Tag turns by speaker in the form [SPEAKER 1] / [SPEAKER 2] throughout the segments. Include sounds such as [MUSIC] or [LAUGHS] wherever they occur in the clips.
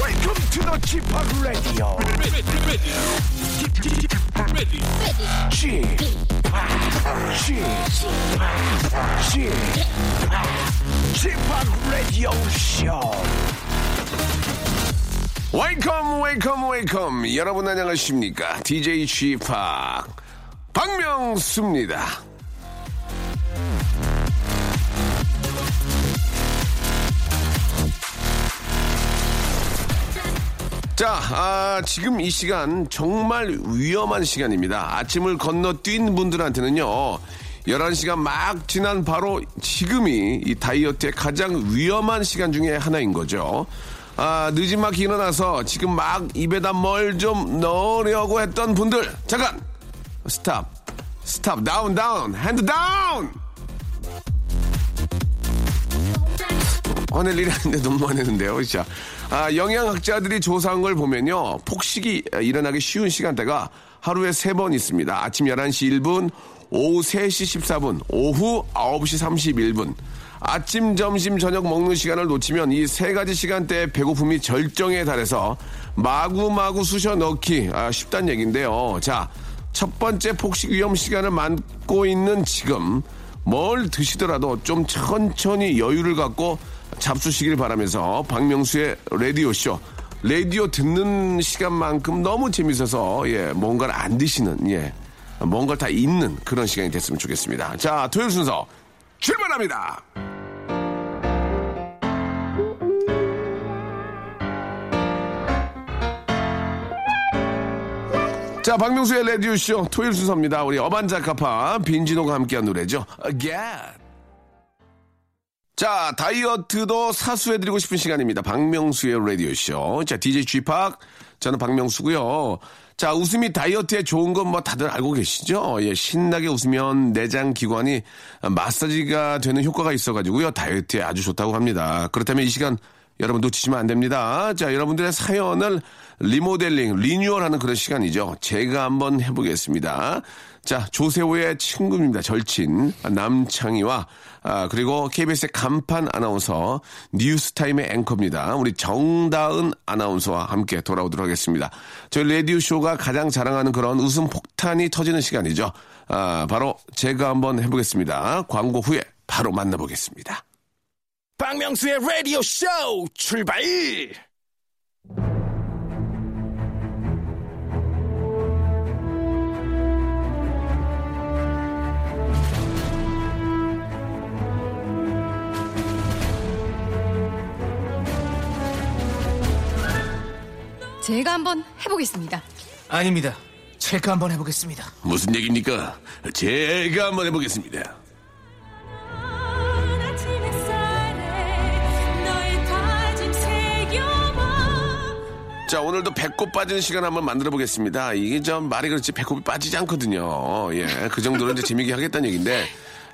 [SPEAKER 1] Welcome to the g p o p Radio. g p o p g p o p Radio Show. Welcome, welcome, welcome. 여러분 안녕하십니까? DJ g p o p 박명수입니다. 자, 아, 지금 이 시간 정말 위험한 시간입니다. 아침을 건너뛴 분들한테는요, 11시간 막 지난 바로 지금이 이 다이어트의 가장 위험한 시간 중에 하나인 거죠. 아, 늦지막 일어나서 지금 막 입에다 뭘 좀 넣으려고 했던 분들, 잠깐! 스탑, 스탑, 다운, 다운, 핸드 다운! 화낼 일이 아닌데 너무 화내는데요. 진짜. 아, 영양학자들이 조사한 걸 보면요. 폭식이 일어나기 쉬운 시간대가 하루에 세 번 있습니다. 아침 11시 1분, 오후 3시 14분, 오후 9시 31분. 아침, 점심, 저녁 먹는 시간을 놓치면 이 세 가지 시간대의 배고픔이 절정에 달해서 마구마구 쑤셔 넣기 아, 쉽단 얘기인데요. 자, 첫 번째 폭식 위험 시간을 맞고 있는 지금 뭘 드시더라도 좀 천천히 여유를 갖고 잡수시길 바라면서 박명수의 라디오쇼. 라디오 듣는 시간만큼 너무 재밌어서 예, 뭔가를 안 드시는 예, 뭔가를 다 잊는 그런 시간이 됐으면 좋겠습니다. 자, 토요일 순서 출발합니다. 자, 박명수의 라디오쇼 토요일 순서입니다. 우리 어반자카파 빈지노가 함께한 노래죠. Get. 자, 다이어트도 사수해드리고 싶은 시간입니다. 박명수의 라디오쇼. 자, DJ 쥐팍. 저는 박명수고요 자, 웃음이 다이어트에 좋은 건 뭐 다들 알고 계시죠? 예, 신나게 웃으면 내장 기관이 마사지가 되는 효과가 있어가지고요. 다이어트에 아주 좋다고 합니다. 그렇다면 이 시간 여러분 놓치시면 안 됩니다. 자, 여러분들의 사연을 리모델링, 리뉴얼하는 그런 시간이죠. 제가 한번 해보겠습니다. 자, 조세호의 친구입니다. 절친 남창희와 아, 그리고 KBS의 간판 아나운서 뉴스타임의 앵커입니다. 우리 정다은 아나운서와 함께 돌아오도록 하겠습니다. 저희 라디오 쇼가 가장 자랑하는 그런 웃음 폭탄이 터지는 시간이죠. 아, 바로 제가 한번 해보겠습니다. 광고 후에 바로 만나보겠습니다. 박명수의 라디오 쇼 출발!
[SPEAKER 2] 제가 한번 해보겠습니다.
[SPEAKER 3] 아닙니다. 체크 한번 해보겠습니다.
[SPEAKER 1] 무슨 얘기입니까? 제가 한번 해보겠습니다. 자, 오늘도 배꼽 빠진 시간 한번 만들어 보겠습니다. 이게 좀 말이 그렇지 배꼽이 빠지지 않거든요. 예, 그 정도는 이제 재미있게 하겠다는 얘기인데.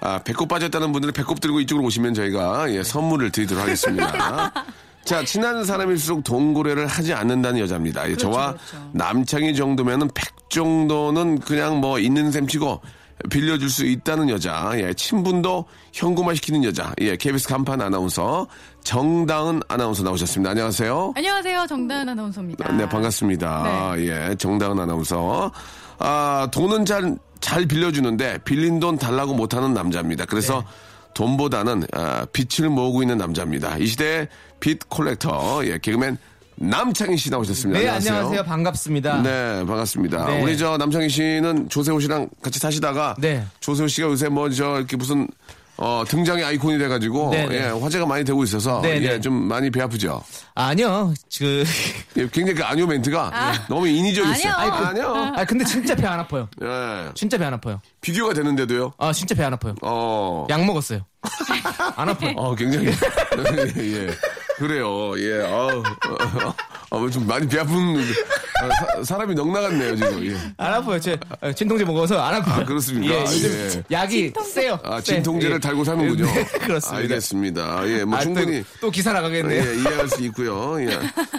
[SPEAKER 1] 아, 배꼽 빠졌다는 분들은 배꼽 들고 이쪽으로 오시면 저희가 예, 선물을 드리도록 하겠습니다. 자, 친한 사람일수록 동고래를 하지 않는다는 여자입니다. 예, 저와 남창희 정도면은 100 정도는 그냥 뭐 있는 셈 치고 빌려줄 수 있다는 여자, 예, 친분도 현금화 시키는 여자, 예, KBS 간판 아나운서 정다은 아나운서 나오셨습니다. 안녕하세요.
[SPEAKER 2] 안녕하세요, 정다은 아나운서입니다.
[SPEAKER 1] 네, 반갑습니다.
[SPEAKER 3] 네.
[SPEAKER 1] 예, 정다은 아나운서. 아, 돈은 잘, 잘 빌려주는데 빌린 돈 달라고 못하는 남자입니다. 그래서
[SPEAKER 3] 네.
[SPEAKER 1] 돈보다는 아, 빛을 모으고 있는 남자입니다. 이 시대의 빛 콜렉터, 예, 개그맨 남창희 씨 나오셨습니다.
[SPEAKER 3] 네, 안녕하세요. 반갑습니다.
[SPEAKER 1] 네, 반갑습니다.
[SPEAKER 3] 네.
[SPEAKER 1] 우리 저 남창희 씨는 조세호 씨랑 같이 사시다가
[SPEAKER 3] 네.
[SPEAKER 1] 조세호 씨가 요새 뭐 저 이렇게 무슨 어, 등장의 아이콘이 돼가지고
[SPEAKER 3] 네, 네.
[SPEAKER 1] 예, 화제가 많이 되고 있어서
[SPEAKER 3] 네, 네.
[SPEAKER 1] 예, 좀 많이 배 아프죠.
[SPEAKER 3] 아니요. 그 [LAUGHS]
[SPEAKER 1] 예, 굉장히 그 아니오 멘트가 너무 인위적이었어요.
[SPEAKER 2] 아니요.
[SPEAKER 1] 아니요.
[SPEAKER 3] 아, 근데 진짜 배 안 아파요.
[SPEAKER 1] 예,
[SPEAKER 3] 진짜 배 안 아파요.
[SPEAKER 1] 비교가 되는데도요.
[SPEAKER 3] 아, 진짜 배 안 아파요.
[SPEAKER 1] 어,
[SPEAKER 3] 약 먹었어요. 안 아파요.
[SPEAKER 1] 어, 굉장히 [LAUGHS] 예, 예. 그래요. 예, 어, 어, 어, 좀 많이 배 아픈 어, 사, 사람이 넉나갔네요 지금. 예.
[SPEAKER 3] 안 아파요. 제 어, 진통제 먹어서 안 아파요.
[SPEAKER 1] 아, 그렇습니까?
[SPEAKER 3] 예, 요즘
[SPEAKER 1] 예.
[SPEAKER 3] 약이 세요.
[SPEAKER 1] 아,
[SPEAKER 3] 세.
[SPEAKER 1] 진통제를
[SPEAKER 3] 예.
[SPEAKER 1] 달고 사는군요.
[SPEAKER 3] 네, 그렇습니다.
[SPEAKER 1] 알겠습니다. 예, 뭐
[SPEAKER 3] 아,
[SPEAKER 1] 충분히
[SPEAKER 3] 또, 또 기사 나가겠네요.
[SPEAKER 1] 예, 이해할 수 있고요. 예.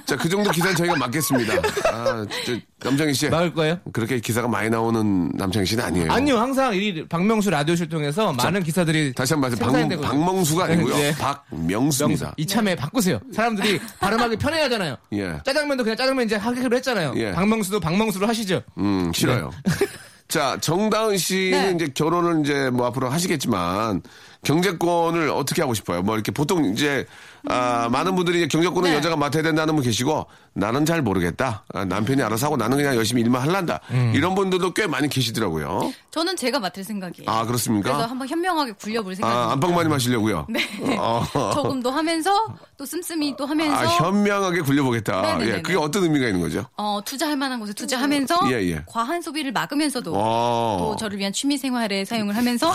[SPEAKER 1] 자, 그 정도 기사는 저희가 맡겠습니다. 아, 저, 남창희 씨.
[SPEAKER 3] 나올 거예요?
[SPEAKER 1] 그렇게 기사가 많이 나오는 남창희 씨는 아니에요.
[SPEAKER 3] 아니요, 항상 이 박명수 라디오쇼 통해서 많은 기사들이
[SPEAKER 1] 다시 한 번 말씀, 박,
[SPEAKER 3] 생산되고
[SPEAKER 1] 박명수가 아니고요.
[SPEAKER 3] 네.
[SPEAKER 1] 박명수입니다.
[SPEAKER 3] 명수. 이참에 바꾸세요. 사람들이 발음하기 편해야 하잖아요.
[SPEAKER 1] 예.
[SPEAKER 3] 짜장면도 그냥 짜장면 이제 하기로 했잖아요.
[SPEAKER 1] 예.
[SPEAKER 3] 박명수도 박명수로 하시죠.
[SPEAKER 1] 음, 싫어요.
[SPEAKER 2] 네.
[SPEAKER 1] [LAUGHS] 자, 정다은 씨는 이제 결혼을 이제 뭐 앞으로 하시겠지만 경제권을 어떻게 하고 싶어요? 뭐 이렇게 보통 이제 아, 많은 분들이 이제 경제권은
[SPEAKER 2] 음. 네.
[SPEAKER 1] 여자가 맡아야 된다는 분 계시고 나는 잘 모르겠다. 아, 남편이 알아서 하고 나는 그냥 열심히 일만 할란다.
[SPEAKER 2] 음.
[SPEAKER 1] 이런 분들도 꽤 많이 계시더라고요.
[SPEAKER 2] 저는 제가 맡을 생각이에요.
[SPEAKER 1] 아,
[SPEAKER 2] 예. 그래서
[SPEAKER 1] 그렇습니까?
[SPEAKER 2] 한번 현명하게 굴려볼
[SPEAKER 1] 아,
[SPEAKER 2] 생각입니다.
[SPEAKER 1] 안방마님 하시려고요.
[SPEAKER 2] 네. [LAUGHS]
[SPEAKER 1] 어.
[SPEAKER 2] 저금도 하면서 또 씀씀이 또 하면서
[SPEAKER 1] 아, 현명하게 굴려보겠다.
[SPEAKER 2] 네네네네.
[SPEAKER 1] 예, 그게 어떤 의미가 있는 거죠?
[SPEAKER 2] 어, 투자할 만한 곳에 투자하면서
[SPEAKER 1] 예, 예.
[SPEAKER 2] 과한 소비를 막으면서도
[SPEAKER 1] 어.
[SPEAKER 2] 또 저를 위한 취미 생활에 사용을
[SPEAKER 1] 아.
[SPEAKER 2] 하면서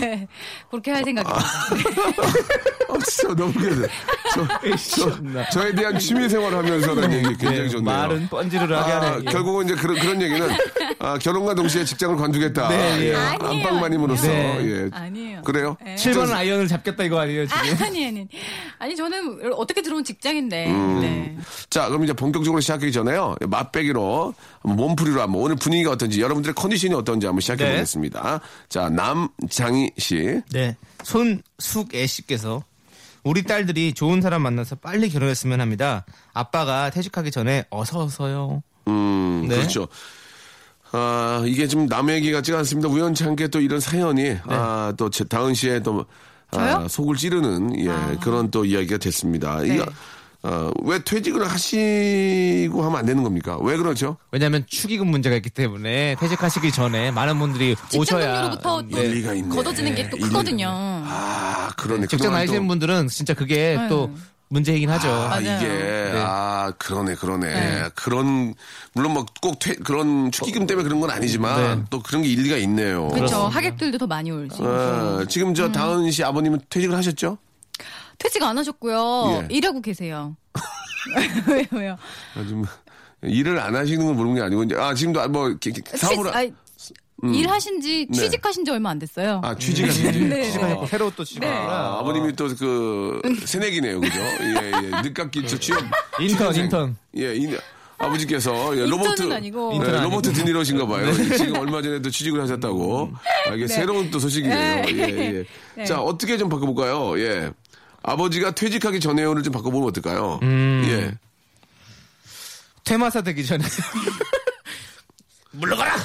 [SPEAKER 2] 네 그렇게 할 생각입니다.
[SPEAKER 1] 어, 진짜 너무 웃겨요. 저, 저, 에 대한 취미 생활을 하면서라는 얘기 굉장히 좋네요.
[SPEAKER 3] 말은 번지르르 하게
[SPEAKER 1] 아,
[SPEAKER 3] 하네.
[SPEAKER 1] 결국은 이제 그런, 그런 얘기는 아, 결혼과 동시에 직장을 관두겠다.
[SPEAKER 3] 네, 예. 네.
[SPEAKER 2] 아니에요,
[SPEAKER 1] 안방마님으로서.
[SPEAKER 3] 아니에요. 네.
[SPEAKER 1] 예.
[SPEAKER 2] 아니에요.
[SPEAKER 1] 그래요?
[SPEAKER 2] 예.
[SPEAKER 3] 7번 아이언을 잡겠다 이거 아니에요, 지금?
[SPEAKER 2] 아니 아니 아니 아니 저는 어떻게 들어온 직장인데
[SPEAKER 1] 음.
[SPEAKER 2] 네.
[SPEAKER 1] 자, 그럼 이제 본격적으로 시작하기 전에요. 맛배기로 한번 몸풀이로 한번 오늘 분위기가 어떤지 여러분들의 컨디션이 어떤지 한번 시작해
[SPEAKER 3] 네.
[SPEAKER 1] 보겠습니다. 자, 남장희 씨.
[SPEAKER 3] 네. 손숙애 씨께서 우리 딸들이 좋은 사람 만나서 빨리 결혼했으면 합니다. 아빠가 퇴직하기 전에 어서 어서요.
[SPEAKER 1] 음,
[SPEAKER 3] 네.
[SPEAKER 1] 그렇죠. 아, 이게 지금 남의 얘기 같지가 않습니다. 우연치 않게 또 이런 사연이, 아, 또 제- 다은 씨의 또, 아,
[SPEAKER 2] 저요?
[SPEAKER 1] 속을 찌르는, 예, 그런 또 이야기가 됐습니다. 이거, 어, 왜 퇴직을 하시고 하면 안 되는 겁니까? 왜 그렇죠?
[SPEAKER 3] 왜냐하면 축의금 문제가 있기 때문에 퇴직하시기 전에 많은 분들이
[SPEAKER 2] 직장
[SPEAKER 3] 오셔야
[SPEAKER 2] 동료로부터 또
[SPEAKER 3] 네.
[SPEAKER 1] 일리가 있네.
[SPEAKER 2] 걷어지는 게 또
[SPEAKER 1] 일리가
[SPEAKER 2] 크거든요.
[SPEAKER 1] 예, 아, 그러네.
[SPEAKER 3] 직장
[SPEAKER 1] 그동안
[SPEAKER 3] 나이신
[SPEAKER 1] 또-
[SPEAKER 3] 분들은 진짜 그게
[SPEAKER 2] 네.
[SPEAKER 3] 또 문제이긴 하죠.
[SPEAKER 1] 아, 이게, 아, 그러네, 그러네. 그런, 물론 뭐 꼭 그런 축의금 때문에 그런 건 아니지만
[SPEAKER 3] 네.
[SPEAKER 1] 또 그런 게 일리가 있네요.
[SPEAKER 2] 그렇죠. 하객들도 더 많이 올지.
[SPEAKER 1] 아, 지금 저 다은 씨 아버님은 퇴직을 하셨죠?
[SPEAKER 2] 퇴직 안 하셨고요.
[SPEAKER 1] 예. [LAUGHS]
[SPEAKER 2] 일하고 계세요. 왜요, 왜요?
[SPEAKER 1] 아, 지금 [LAUGHS] 일을 안 하시는 걸 모르는 게 아니고 이제 아 지금도 뭐 이렇게 사업을
[SPEAKER 2] 취- 그, 아니, 일하신 지
[SPEAKER 1] 네.
[SPEAKER 2] 취직하신 지 얼마 안 됐어요.
[SPEAKER 1] 아
[SPEAKER 2] 네.
[SPEAKER 1] 취직하신지
[SPEAKER 3] 취직하셨고 새로 또 취직.
[SPEAKER 1] 아, 아버님이 또 그 새내기네요, 그죠? 예, 예. 늦깎이 저 취업
[SPEAKER 2] 네.
[SPEAKER 3] 인턴,
[SPEAKER 1] 취준생.
[SPEAKER 3] 인턴.
[SPEAKER 1] 예, 인, 아버지께서 예, 로버트
[SPEAKER 2] 인턴은 아니고.
[SPEAKER 1] 예,
[SPEAKER 3] 인턴 아니고. 네.
[SPEAKER 1] 로버트 드니로신가 봐요. 지금 얼마 전에도 취직을 하셨다고. 아, 이게 새로운 또 소식이네요. 예,
[SPEAKER 2] 네.
[SPEAKER 1] 예. 자 어떻게 좀 바꿔볼까요? 예. 아버지가 퇴직하기 전에요를 좀 바꿔보면 어떨까요?
[SPEAKER 3] 음.
[SPEAKER 1] 예.
[SPEAKER 3] 퇴마사
[SPEAKER 1] [LAUGHS]
[SPEAKER 3] 되기 전에. 물러가라.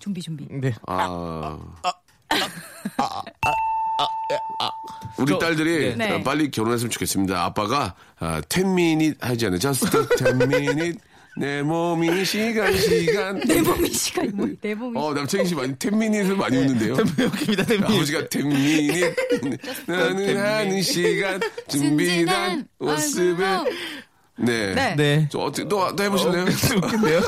[SPEAKER 2] 좀비, 좀비.
[SPEAKER 3] 네.
[SPEAKER 1] 아. 아. 우리
[SPEAKER 3] 저-
[SPEAKER 1] 딸들이
[SPEAKER 2] 네.
[SPEAKER 1] 아, 빨리 결혼했으면 좋겠습니다. 아빠가 아, 10 minute 하지 않아요. Just 10 minute 내 몸이 시간 시간.
[SPEAKER 2] [LAUGHS] 내 몸이 시간이 네. 뭐, 내 몸이.
[SPEAKER 1] 어 남창희 씨 많이 10 minute을 많이 웃는데요.
[SPEAKER 3] 웃깁니다, 대표.
[SPEAKER 1] 아버지가 10
[SPEAKER 2] [LAUGHS]
[SPEAKER 1] minute 나는 하는 시간 준비단
[SPEAKER 2] 순진한
[SPEAKER 1] 모습에
[SPEAKER 2] 얼굴로.
[SPEAKER 1] 네.
[SPEAKER 2] 네.
[SPEAKER 3] 네.
[SPEAKER 1] 저 어떻게 또또 해보실래요?
[SPEAKER 3] 웃긴데요?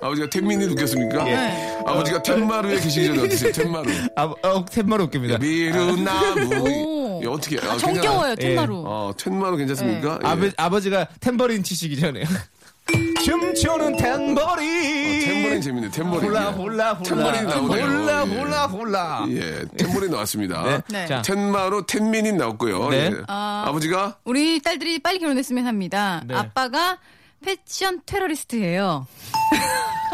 [SPEAKER 1] [LAUGHS] 아버지가 텐민이 웃겼습니까?
[SPEAKER 2] 예.
[SPEAKER 1] 아버지가 텐마루에 계시기 전에 어떠세요? 텐마루.
[SPEAKER 3] 아, 어, 팻말
[SPEAKER 1] 예,
[SPEAKER 3] 웃깁니다. 아.
[SPEAKER 1] 미루나무.
[SPEAKER 2] 오.
[SPEAKER 1] 예, 어떻게, 아,
[SPEAKER 2] 아,
[SPEAKER 1] 굉장히-
[SPEAKER 2] 정겨워요,
[SPEAKER 3] 예.
[SPEAKER 2] 텐마루.
[SPEAKER 1] 어, 텐마루 괜찮습니까? 예.
[SPEAKER 3] 네. 아버, 아버지가 탬버린 치시기 전에. [LAUGHS] 춤추는 탬버린.
[SPEAKER 1] 탬버린 예. 어, 재밌네, 탬버린.
[SPEAKER 3] 홀라, 홀라, 홀라.
[SPEAKER 1] 탬버린이 나오네요.
[SPEAKER 3] 홀라,
[SPEAKER 1] 예.
[SPEAKER 3] 홀라, 홀라.
[SPEAKER 1] 예, 텐물이 나왔습니다.
[SPEAKER 3] 네.
[SPEAKER 2] 자.
[SPEAKER 1] 텐마루, 텐민이 나왔고요.
[SPEAKER 3] 네.
[SPEAKER 1] 예. 아... 버지가
[SPEAKER 2] 우리 딸들이 빨리 결혼했으면 합니다.
[SPEAKER 3] 네.
[SPEAKER 2] 아빠가 패션 테러리스트예요.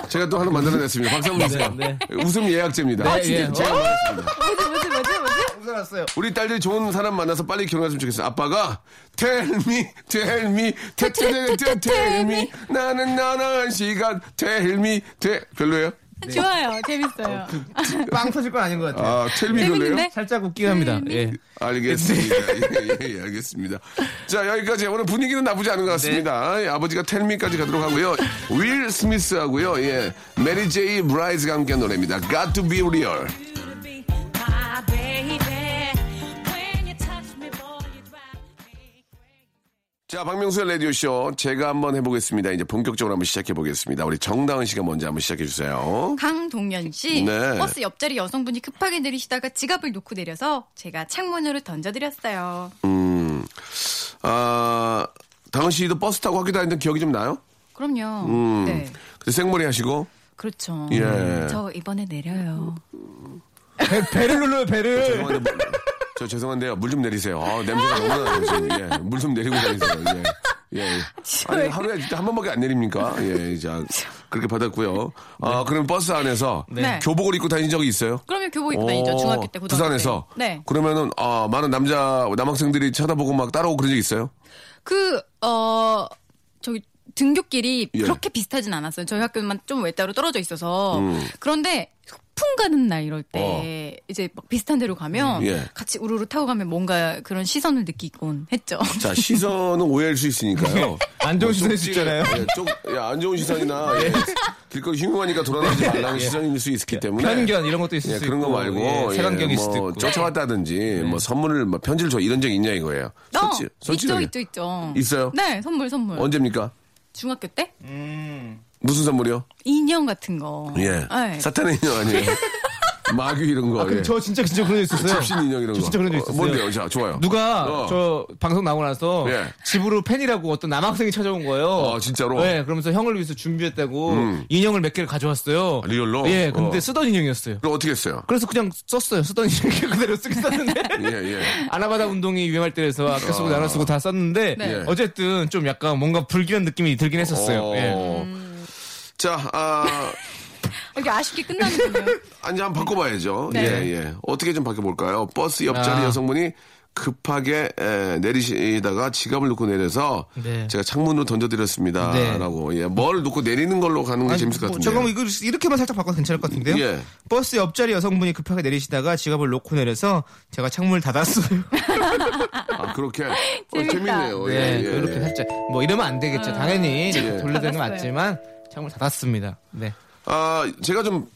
[SPEAKER 1] 제가 또 하나 만들어냈습니다. 박수 한번 주세요.
[SPEAKER 3] 네,
[SPEAKER 1] 웃음 예약제입니다.
[SPEAKER 3] 네, 아, 진짜? 예.
[SPEAKER 1] 제가 만들었습니다.
[SPEAKER 2] 뭐지, 뭐지, 뭐지, 뭐지?
[SPEAKER 3] 웃어놨어요.
[SPEAKER 1] 우리 딸들이 좋은 사람 만나서 빨리 결혼했으면 좋겠어요. 아빠가 텔미 텔미 테테테 텔미 나는 나는 시간 텔미 테 별로예요?
[SPEAKER 2] [LAUGHS] 좋아요. 재밌어요.
[SPEAKER 1] 그
[SPEAKER 3] 빵 터질 건 아닌 것 같아요.
[SPEAKER 1] 아 텔미 별로예요?
[SPEAKER 2] 재밌는데?
[SPEAKER 3] 살짝 웃긴 합니다. 예.
[SPEAKER 1] 알겠습니다. 예, 예, 예, 알겠습니다. 자, 여기까지. 오늘 분위기는 나쁘지 않은 것 같습니다. 예, 아버지가 텔미까지 가도록 하고요. 윌 스미스하고요. 예. 메리 제이 브라이즈가 함께한 노래입니다. Got to be real.
[SPEAKER 4] you to be my baby.
[SPEAKER 1] 자, 박명수의 라디오쇼. 제가 한번 해보겠습니다. 이제 본격적으로 한번 시작해보겠습니다. 우리 정다은 씨가 먼저 한번 시작해주세요.
[SPEAKER 2] 강동연 씨
[SPEAKER 1] 네.
[SPEAKER 2] 버스 옆자리 여성분이 급하게 내리시다가 지갑을 놓고 내려서 제가 창문으로 던져드렸어요.
[SPEAKER 1] 음. 아, 다은 씨도 버스 타고 학교 다니던 기억이 좀 나요?
[SPEAKER 2] 그럼요.
[SPEAKER 1] 음.
[SPEAKER 2] 네,
[SPEAKER 1] 그래서 생머리 하시고.
[SPEAKER 2] 그렇죠.
[SPEAKER 1] 예. 음.
[SPEAKER 2] 저 이번에 내려요.
[SPEAKER 3] 배, 를 눌러요 배를.
[SPEAKER 1] 죄송한데, 물- 저 죄송한데요. 물 좀 내리세요. 아, 냄새가 너무 나요. 지금. 예. 물 좀 내리고 다니세요. 예. 예.
[SPEAKER 2] [LAUGHS]
[SPEAKER 1] 예. 아니, 하루에 진짜 한 번밖에 안 내립니까? 예, 자, 그렇게 받았고요. 아, 그럼 버스 안에서
[SPEAKER 2] 네.
[SPEAKER 1] 교복을 입고 다닌 적이 있어요?
[SPEAKER 2] 그러면 교복 입고 다니죠.
[SPEAKER 1] 어,
[SPEAKER 2] 중학교 때, 고등학교
[SPEAKER 1] 부산에서.
[SPEAKER 2] 때. 네.
[SPEAKER 1] 그러면은 아, 많은 남자 남학생들이 쳐다보고 막 따라오고 그런 적 있어요?
[SPEAKER 2] 그, 어, 저기, 등교길이
[SPEAKER 1] 예.
[SPEAKER 2] 그렇게 비슷하진 않았어요. 저희 학교만 좀 외따로 떨어져 있어서.
[SPEAKER 1] 음.
[SPEAKER 2] 그런데 소풍 가는 날 이럴 때 이제 막 비슷한 데로 가면
[SPEAKER 1] 음, 어. 예.
[SPEAKER 2] 같이 우르르 타고 가면 뭔가 그런 시선을 느끼곤 했죠.
[SPEAKER 1] 자, 시선은 오해할 수
[SPEAKER 2] [LAUGHS]
[SPEAKER 1] 있으니까요.
[SPEAKER 2] 네.
[SPEAKER 3] 예. 안 좋은 시선일 수 있잖아요.
[SPEAKER 1] 예, 좀, 예, 안 좋은 시선이나
[SPEAKER 3] [LAUGHS]
[SPEAKER 1] 예, 길거리 흉흉하니까 돌아다니지 말라는 시선일 수 있기 때문에
[SPEAKER 3] 예, 편견 이런 것도 있을
[SPEAKER 1] 예,
[SPEAKER 3] 수
[SPEAKER 1] 그런 거
[SPEAKER 3] 있고,
[SPEAKER 1] 말고
[SPEAKER 3] 예, 색안경일
[SPEAKER 1] 뭐
[SPEAKER 3] 수도 있고. 예.
[SPEAKER 1] 쫓아왔다든지 뭐 선물을 뭐 편지를 줘 이런 적 있냐 이거예요.
[SPEAKER 2] 어,
[SPEAKER 1] 솔직- 솔직하게.
[SPEAKER 2] 있죠, 있죠, 있죠.
[SPEAKER 1] 있어요?
[SPEAKER 2] 네, 선물, 선물.
[SPEAKER 1] 언제입니까?
[SPEAKER 2] 중학교 때?
[SPEAKER 1] 무슨 선물이요?
[SPEAKER 2] 인형 같은 거.
[SPEAKER 1] 예.
[SPEAKER 2] 네.
[SPEAKER 1] 사탄의 인형
[SPEAKER 2] [LAUGHS]
[SPEAKER 1] 아니에요? 마귀 이런 거. 예.
[SPEAKER 3] 아, 저 진짜 진짜 그런 적 있었어요.
[SPEAKER 1] 잡신 인형 이런
[SPEAKER 3] 저
[SPEAKER 1] 거.
[SPEAKER 3] 진짜 그런 적
[SPEAKER 1] 어,
[SPEAKER 3] 있었어요.
[SPEAKER 1] 뭔데요? 자, 좋아요.
[SPEAKER 3] 누가
[SPEAKER 1] 어.
[SPEAKER 3] 저 방송 나오고 나서
[SPEAKER 1] 예.
[SPEAKER 3] 집으로 팬이라고 어떤 남학생이 찾아온 거예요.
[SPEAKER 1] 아, 진짜로?
[SPEAKER 3] 네, 그러면서 형을 위해서 준비했다고
[SPEAKER 1] 음.
[SPEAKER 3] 인형을 몇 개를 가져왔어요.
[SPEAKER 1] 아, 리얼로?
[SPEAKER 3] 예, 근데
[SPEAKER 1] 어.
[SPEAKER 3] 쓰던 인형이었어요.
[SPEAKER 1] 그럼 어떻게 했어요?
[SPEAKER 3] 그래서 그냥 썼어요. 쓰던 인형 [LAUGHS] 그대로
[SPEAKER 1] [LAUGHS]
[SPEAKER 3] 쓰긴 썼는데.
[SPEAKER 1] 예, 예.
[SPEAKER 3] 아나바다 운동이 유행할 때라서 아껴 쓰고 나눠 쓰고 다 썼는데
[SPEAKER 2] 네.
[SPEAKER 3] 어쨌든 좀 약간 뭔가 불길한 느낌이 들긴 [LAUGHS] 했었어요.
[SPEAKER 1] 예. 어.
[SPEAKER 3] 예.
[SPEAKER 2] 음.
[SPEAKER 1] 자, 아,
[SPEAKER 2] 이게 아쉽게 끝나는군요.
[SPEAKER 1] [LAUGHS] 아니, 한번 바꿔봐야죠.
[SPEAKER 2] 네.
[SPEAKER 1] 예, 예. 어떻게 좀 바꿔볼까요? 버스 옆자리
[SPEAKER 3] 아.
[SPEAKER 1] 여성분이 급하게 에, 내리시다가 지갑을 놓고 내려서
[SPEAKER 3] 네.
[SPEAKER 1] 제가 창문으로 던져드렸습니다.
[SPEAKER 3] 네.
[SPEAKER 1] 라고. 예, 뭘 놓고 내리는 걸로 가는 게 재밌을 것 같은데.
[SPEAKER 3] 잠깐만 뭐 이거 이렇게만 살짝 바꿔도 괜찮을 것 같은데요.
[SPEAKER 1] 예.
[SPEAKER 3] 버스 옆자리 여성분이 급하게 내리시다가 지갑을 놓고 내려서 제가 창문을 닫았어요.
[SPEAKER 1] 아, 그렇게. 어,
[SPEAKER 2] 재밌다.
[SPEAKER 1] 재밌네요.
[SPEAKER 3] 네,
[SPEAKER 1] 예, 예.
[SPEAKER 3] 이렇게 살짝 뭐 이러면 안 되겠죠. 당연히
[SPEAKER 1] 예.
[SPEAKER 3] 돌려대는 건
[SPEAKER 2] 닫았어요.
[SPEAKER 3] 맞지만 창문을 닫았습니다. 네.
[SPEAKER 1] 아, 제가 좀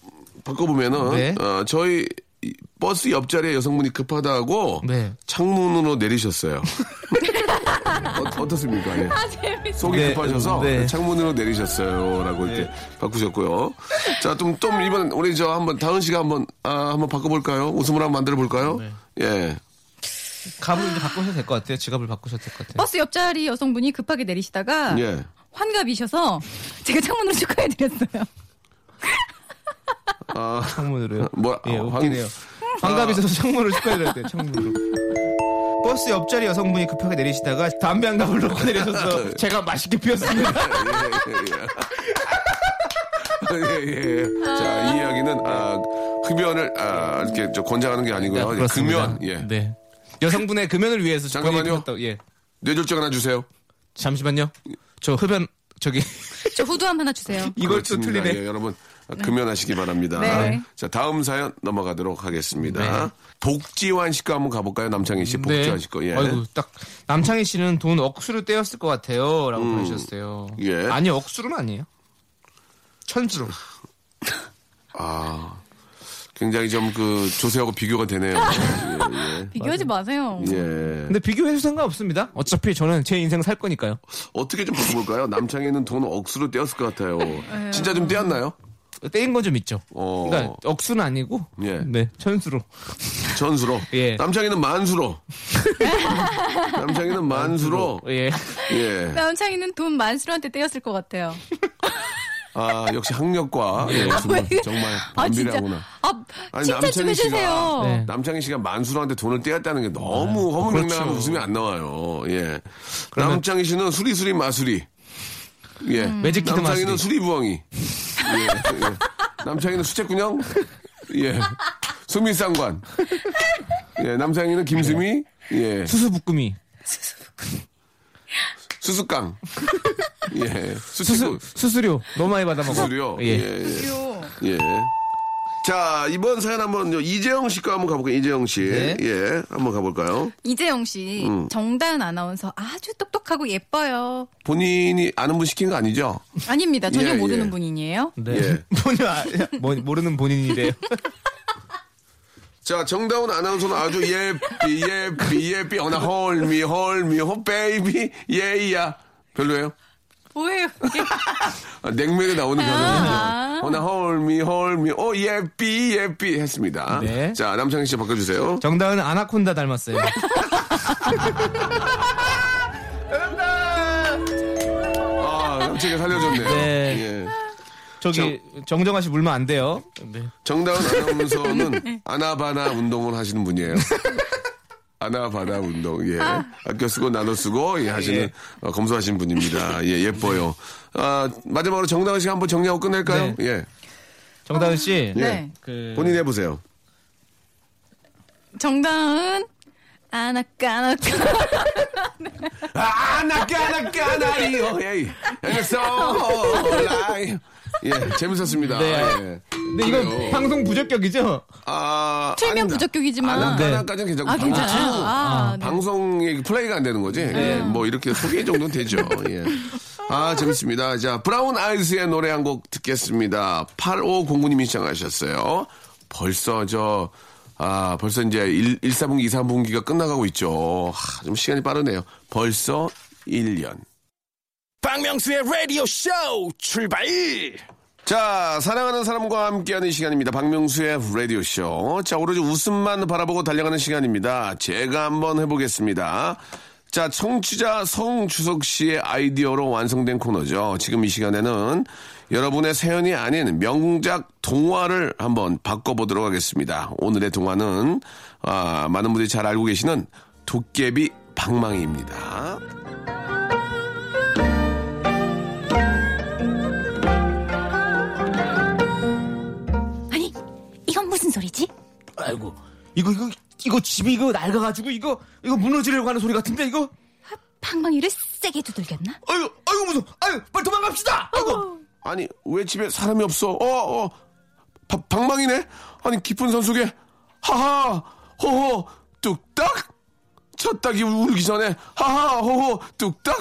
[SPEAKER 1] 바꿔보면은,
[SPEAKER 3] 네.
[SPEAKER 1] 어, 저희 이 버스 옆자리에 여성분이 급하다고
[SPEAKER 3] 네.
[SPEAKER 1] 창문으로 내리셨어요. [LAUGHS] 어, 떻습니까 속이
[SPEAKER 3] 네,
[SPEAKER 1] 급하셔서
[SPEAKER 3] 네.
[SPEAKER 1] 창문으로 내리셨어요라고 이렇게 바꾸셨고요. 자, 좀, 좀 이번 우리 저 한번 다은 씨가 한번 아, 한번 바꿔볼까요? 웃음을 한번 만들어 볼까요?
[SPEAKER 3] 네.
[SPEAKER 1] 예.
[SPEAKER 3] 갑을 이제 바꾸셔도 될 것 같아요. 지갑을 바꾸셔도 될 것 같아요.
[SPEAKER 2] 버스 옆자리 여성분이 급하게 내리시다가
[SPEAKER 1] 예.
[SPEAKER 2] 환갑이셔서 제가 창문으로 축하해드렸어요.
[SPEAKER 1] 아, [LAUGHS]
[SPEAKER 3] 창문으로요.
[SPEAKER 1] 뭐,
[SPEAKER 3] 예,
[SPEAKER 1] 아,
[SPEAKER 3] 웃기네요. 환갑이 있어서 창문을 축하드려야 돼요. 창문으로. 버스 옆자리 여성분이 급하게 내리시다가 담배 한 갑을 놓고
[SPEAKER 1] 네.
[SPEAKER 3] 내려서 제가 맛있게 피웠습니다.
[SPEAKER 1] 예, 예. 자, 이 이야기는 아, 흡연을 아, 이렇게 저 권장하는 게 아니고요. 예, 금연. 예.
[SPEAKER 3] 네. 여성분의 금연을 위해서 본인이
[SPEAKER 1] 잠깐만요.
[SPEAKER 3] 피웠다고- 예.
[SPEAKER 1] 뇌졸중 하나 주세요.
[SPEAKER 3] 잠시만요. 저 흡연 저기 [LAUGHS]
[SPEAKER 2] 저 후두함 하나 주세요.
[SPEAKER 3] 이걸 또
[SPEAKER 1] 그렇습니다.
[SPEAKER 3] 틀리네.
[SPEAKER 1] 예, 여러분 아, 금연하시기 바랍니다.
[SPEAKER 2] 네.
[SPEAKER 1] 자 다음 사연 넘어가도록 하겠습니다.
[SPEAKER 3] 네.
[SPEAKER 1] 복지환 씨과 한번 가볼까요, 남창희 씨? 복지환 씨거 예.
[SPEAKER 3] 아이고 딱 남창희 씨는 돈 억수로 떼었을 것 같아요라고 보내셨어요.
[SPEAKER 1] 음. 예.
[SPEAKER 3] 아니 억수로는 아니에요. 천수로.
[SPEAKER 1] 아 굉장히 좀 그 조세하고 비교가 되네요.
[SPEAKER 3] 아.
[SPEAKER 1] 예,
[SPEAKER 2] 비교하지 마세요.
[SPEAKER 1] 예. 예.
[SPEAKER 3] 근데 비교해도 상관없습니다. 어차피 저는 제 인생 살 거니까요.
[SPEAKER 1] 어떻게 좀 바꿔볼까요? 남창희는 돈 억수로 떼었을 것 같아요.
[SPEAKER 3] 네.
[SPEAKER 1] 진짜 좀 떼었나요?
[SPEAKER 3] 떼인 건 좀 있죠.
[SPEAKER 1] 어.
[SPEAKER 3] 그러니까 억수는 아니고
[SPEAKER 1] 예.
[SPEAKER 3] 네 천수로.
[SPEAKER 1] 전수로.
[SPEAKER 3] 예.
[SPEAKER 1] 남창희는 만수로. 남창희는 만수로.
[SPEAKER 3] 예.
[SPEAKER 1] 예.
[SPEAKER 2] 남창이는 돈 만수로한테 떼었을 것 같아요.
[SPEAKER 1] 아 역시 학력과 예, 정말, 정말
[SPEAKER 2] 아 진짜.
[SPEAKER 1] 반비례하구나.
[SPEAKER 2] 아
[SPEAKER 1] 아니,
[SPEAKER 2] 칭찬 좀
[SPEAKER 1] 남창희
[SPEAKER 2] 해주세요.
[SPEAKER 1] 씨가-
[SPEAKER 3] 네.
[SPEAKER 1] 남창희 씨가 만수로한테 돈을 떼었다는 게 너무 허무맹랑한
[SPEAKER 3] 그렇죠. 네.
[SPEAKER 1] 웃음이 안 나와요. 예. 남창희 씨는 수리수리 마수리. 예.
[SPEAKER 3] 음. 매직키드
[SPEAKER 1] 남창희는
[SPEAKER 3] 마수리.
[SPEAKER 1] 수리부엉이. 예. 예. 남창희는 수채꾼형. 예. 수미상관. 예. 남창희는 김수미.
[SPEAKER 3] 네.
[SPEAKER 1] 예.
[SPEAKER 3] 수수부꾸미.
[SPEAKER 1] 수수깡. 예. 수채꾼.
[SPEAKER 3] 수수 수수료 너무 많이 받아먹어.
[SPEAKER 1] 수수료.
[SPEAKER 3] 예.
[SPEAKER 1] 예. 예. 예. 자, 이번 사연 한번 요 이재영 씨거 한번 가볼까요? 이재영 씨.
[SPEAKER 3] 네.
[SPEAKER 1] 예. 한번 가볼까요?
[SPEAKER 2] 이재영 씨,
[SPEAKER 1] 음.
[SPEAKER 2] 정다은 아나운서 아주 똑똑하고 예뻐요.
[SPEAKER 1] 본인이 아는 분 시킨 거 아니죠?
[SPEAKER 2] 아닙니다. 전혀
[SPEAKER 1] 예,
[SPEAKER 2] 모르는
[SPEAKER 1] 예.
[SPEAKER 3] [LAUGHS]
[SPEAKER 2] 분이에요.
[SPEAKER 3] 네.
[SPEAKER 1] 예.
[SPEAKER 3] 본인 아- 뭐- 모르는 본인이래요.
[SPEAKER 1] 자, 정다운 아나운서는 아주 예삐, 예삐, 예삐, 어나 헐미, 헐미, 호 베이비, 예이야. 별로예요?
[SPEAKER 2] 뭐예요? 이게?
[SPEAKER 1] 아, 냉면에 나오는 단어입니다. 어나 헐미, 헐미, 오 예삐, 예삐 했습니다.
[SPEAKER 3] 네.
[SPEAKER 1] 자, 남창희 씨 바꿔주세요.
[SPEAKER 3] 정다은 아나콘다 닮았어요.
[SPEAKER 1] 아, 남창희 살려줬네요.
[SPEAKER 3] 네.
[SPEAKER 1] 예.
[SPEAKER 3] 저기 정정아 씨 물면 안 돼요. 네.
[SPEAKER 1] 정다운
[SPEAKER 2] [LAUGHS] 네.
[SPEAKER 1] 아나운서는 아나바나 운동을 하시는 분이에요. 아나바나 운동, 예. 아껴 쓰고 나눠 쓰고, 예, 하시는,
[SPEAKER 3] 예.
[SPEAKER 1] 어, 검소하신 분입니다. 예, 예뻐요. 아, 마지막으로 정다운 씨 한번 정리하고 끝낼까요?
[SPEAKER 3] 네.
[SPEAKER 1] 예.
[SPEAKER 3] 정다은 씨.
[SPEAKER 1] 예.
[SPEAKER 2] 네.
[SPEAKER 3] 그
[SPEAKER 1] 본인 해보세요.
[SPEAKER 2] 정답은 아, 아나까나까.
[SPEAKER 3] 아,
[SPEAKER 1] 아나까나까나리오 [LAUGHS] 에이 에소 라이 예 재밌었습니다
[SPEAKER 3] 네.
[SPEAKER 1] 예.
[SPEAKER 3] 근데 이거
[SPEAKER 1] 그래요.
[SPEAKER 3] 방송 부적격이죠?
[SPEAKER 1] 아
[SPEAKER 2] 틀면
[SPEAKER 1] 아닙니다.
[SPEAKER 2] 부적격이지만.
[SPEAKER 3] 네.
[SPEAKER 1] 아나까나까지는 괜찮고
[SPEAKER 2] 아,
[SPEAKER 1] 방송-
[SPEAKER 2] 괜찮아요. 아, 네.
[SPEAKER 1] 방송이 플레이가 안 되는 거지 예. 뭐 이렇게 소개 정도는 되죠 예. 아 재밌습니다 자 브라운 아이즈의 노래 한 곡 듣겠습니다 8509님이 시청하셨어요 벌써 저 아, 벌써 이제 1, 1사분기, 2사분기가 끝나가고 있죠. 하, 좀 시간이 빠르네요. 벌써 1년.
[SPEAKER 5] 박명수의 라디오 쇼 출발!
[SPEAKER 1] 자, 사랑하는 사람과 함께하는 시간입니다. 박명수의 라디오쇼. 자, 오로지 웃음만 바라보고 달려가는 시간입니다. 제가 한번 해보겠습니다. 자, 청취자 성주석 씨의 아이디어로 완성된 코너죠. 지금 이 시간에는 여러분의 사연이 아닌 명작 동화를 한번 바꿔보도록 하겠습니다. 오늘의 동화는, 아, 많은 분들이 잘 알고 계시는 도깨비 방망이입니다.
[SPEAKER 4] 아니 이건 무슨 소리지?
[SPEAKER 3] 아이고. 이거 이거 이거 집이 이거 낡아 가지고 이거 이거 무너지려고 하는 소리 같은데 이거.
[SPEAKER 4] 아, 방망이를 세게 두들겼나?
[SPEAKER 3] 아유, 아유 무서워. 아유, 빨리 도망갑시다. 아이고.
[SPEAKER 1] 아니 왜 집에 사람이 없어? 어, 어 바- 방망이네. 아니 깊은 산 속에 하하 호호 뚝딱 첫 닭이 울기 전에 하하 호호 뚝딱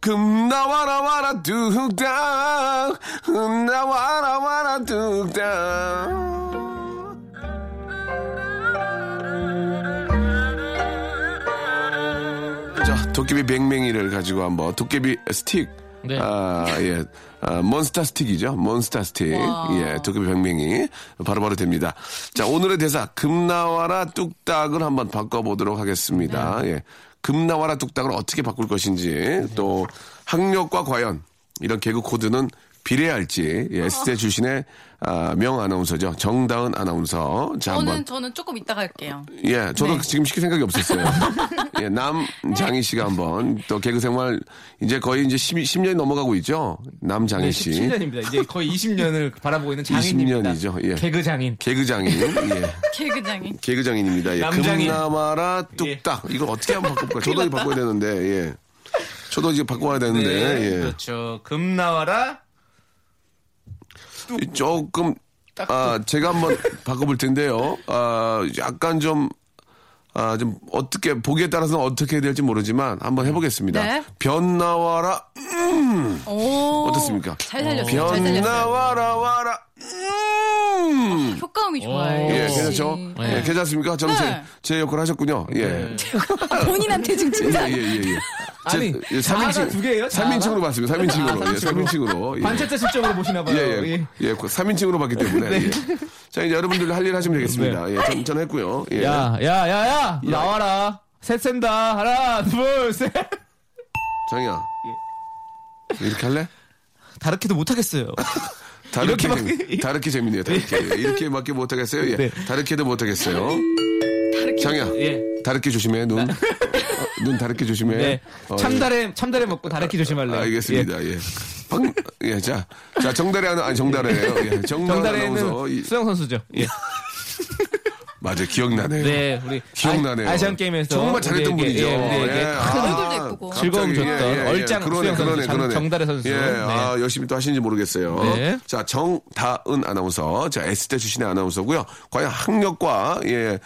[SPEAKER 1] 금 나와라 와라 뚝딱 금 나와라 와라 뚝딱 자, 도깨비 맹맹이를 가지고 한번 도깨비 스틱.
[SPEAKER 3] 네.
[SPEAKER 1] 아, 예. 아, 몬스타 스틱이죠. 몬스타 스틱. 예, 도깨비 뱅뱅이. 바로바로 됩니다. 자, 오늘의 대사, 금나와라 뚝딱을 한번 바꿔보도록 하겠습니다. 예. 금나와라 뚝딱을 어떻게 바꿀 것인지, 또, 학력과 과연, 이런 개그 코드는 비례할지, 예, S대 출신의, 아, 명 아나운서죠. 정다은 아나운서. 자, 한번.
[SPEAKER 2] 저는 저는 조금 이따 갈게요.
[SPEAKER 1] 예,
[SPEAKER 3] 네.
[SPEAKER 1] 저도 지금 시킬 생각이
[SPEAKER 3] [LAUGHS]
[SPEAKER 1] 없었어요. 예, 남장희 씨가 한번 또 개그 생활 이제 거의 이제 10, 10년이 넘어가고 있죠. 남장희 씨.
[SPEAKER 3] 네, 17년입니다. 이제 거의 20년을 바라보고 있는 장인입니다.
[SPEAKER 1] 20년이죠. 예.
[SPEAKER 3] 개그 장인.
[SPEAKER 1] 개그 장인. 예.
[SPEAKER 2] 개그장인.
[SPEAKER 1] 개그 장인입니다. 예.
[SPEAKER 3] 남장인. 예.
[SPEAKER 1] 금나마라 뚝딱. 이걸 어떻게 한번 바꿔볼까요? 저도 이거 바꿔야 되는데. 예. 저도 이제 바꿔야 되는데. 예.
[SPEAKER 3] 그렇죠. 금 나와라.
[SPEAKER 1] 이 조금 아 제가 한번 [LAUGHS] 바꿔볼 텐데요. 아 약간 좀. 아, 좀, 어떻게, 보기에 따라서는 어떻게 해야 될지 모르지만, 한번 해보겠습니다.
[SPEAKER 2] 네.
[SPEAKER 1] 변 나와라,
[SPEAKER 2] 오.
[SPEAKER 1] 음. 어떻습니까?
[SPEAKER 2] 잘 살렸어요. 잘
[SPEAKER 1] 변
[SPEAKER 2] 살렸어요.
[SPEAKER 1] 나와라, 와라, 음!
[SPEAKER 2] 효과음이 좋아요.
[SPEAKER 1] 예,
[SPEAKER 2] 역시.
[SPEAKER 1] 괜찮죠? 예, 괜찮습니까? 저는
[SPEAKER 2] 네.
[SPEAKER 1] 제, 제 역할 하셨군요. 예.
[SPEAKER 6] 본인한테 증진.
[SPEAKER 1] 예, 예, 예. 예.
[SPEAKER 3] 아니,
[SPEAKER 1] 예,
[SPEAKER 3] 자아가 두 개예요? 자아가? 아,
[SPEAKER 1] 3인칭으로 봤습니다. 3인칭으로. 예, 3인칭으로.
[SPEAKER 3] 관찰자 시점으로 보시나 봐요.
[SPEAKER 1] 예, 예. 예, 3인칭으로 봤기
[SPEAKER 3] [LAUGHS]
[SPEAKER 1] 때문에.
[SPEAKER 3] 네.
[SPEAKER 1] 예. 자, 이제 여러분들 할 일 하시면 되겠습니다. 예, 전, 전 했고요. 예.
[SPEAKER 3] 야, 야, 야, 야, 나와라. 셋 센다. 하나, 둘, 셋.
[SPEAKER 1] 장이야.
[SPEAKER 3] 예.
[SPEAKER 1] 이렇게 할래?
[SPEAKER 3] 다르게도 못하겠어요.
[SPEAKER 1] 다르게,
[SPEAKER 3] 이렇게밖에-
[SPEAKER 1] 재밌- 다르게 재밌네요, 다르게. 이렇게밖에 못하겠어요? 예.
[SPEAKER 3] 네.
[SPEAKER 1] 다르게도 못하겠어요. 장이야.
[SPEAKER 3] 예.
[SPEAKER 1] 다르게 조심해, 눈. 어, 눈 다르게 조심해.
[SPEAKER 3] 네.
[SPEAKER 1] 어,
[SPEAKER 3] 참다래, 참다래 먹고 다르게 조심할래요.
[SPEAKER 1] 예. 알겠습니다, 예. 방, 예, 자. 자, 정달에 하나, 아니, 정달에요. 예.
[SPEAKER 3] 예.
[SPEAKER 1] 정달에 아나운서. 이-
[SPEAKER 3] 정다래는 수영 선수죠. 예.
[SPEAKER 1] 맞아, 기억나네요.
[SPEAKER 3] 네, 우리
[SPEAKER 1] 기억나네요.
[SPEAKER 3] 아, 시안 게임에서
[SPEAKER 1] 정말 잘했던
[SPEAKER 3] 우리에게,
[SPEAKER 1] 분이죠.
[SPEAKER 3] 예, 우리에게
[SPEAKER 1] 아,
[SPEAKER 2] 얼굴도 예쁘고.
[SPEAKER 1] 갑자기,
[SPEAKER 3] 즐거움
[SPEAKER 1] 예,
[SPEAKER 3] 줬던
[SPEAKER 1] 예, 예.
[SPEAKER 3] 얼짱
[SPEAKER 1] 그러네,
[SPEAKER 3] 수영 선수,
[SPEAKER 1] 그러네,
[SPEAKER 3] 장-
[SPEAKER 1] 그러네.
[SPEAKER 3] 정다래 선수.
[SPEAKER 1] 예,
[SPEAKER 3] 네.
[SPEAKER 1] 아, 열심히 또 하시는지 모르겠어요.
[SPEAKER 3] 네.
[SPEAKER 1] 자, 정다은 아나운서. 자, S대 출신의 아나운서고요. 과연 학력과 예,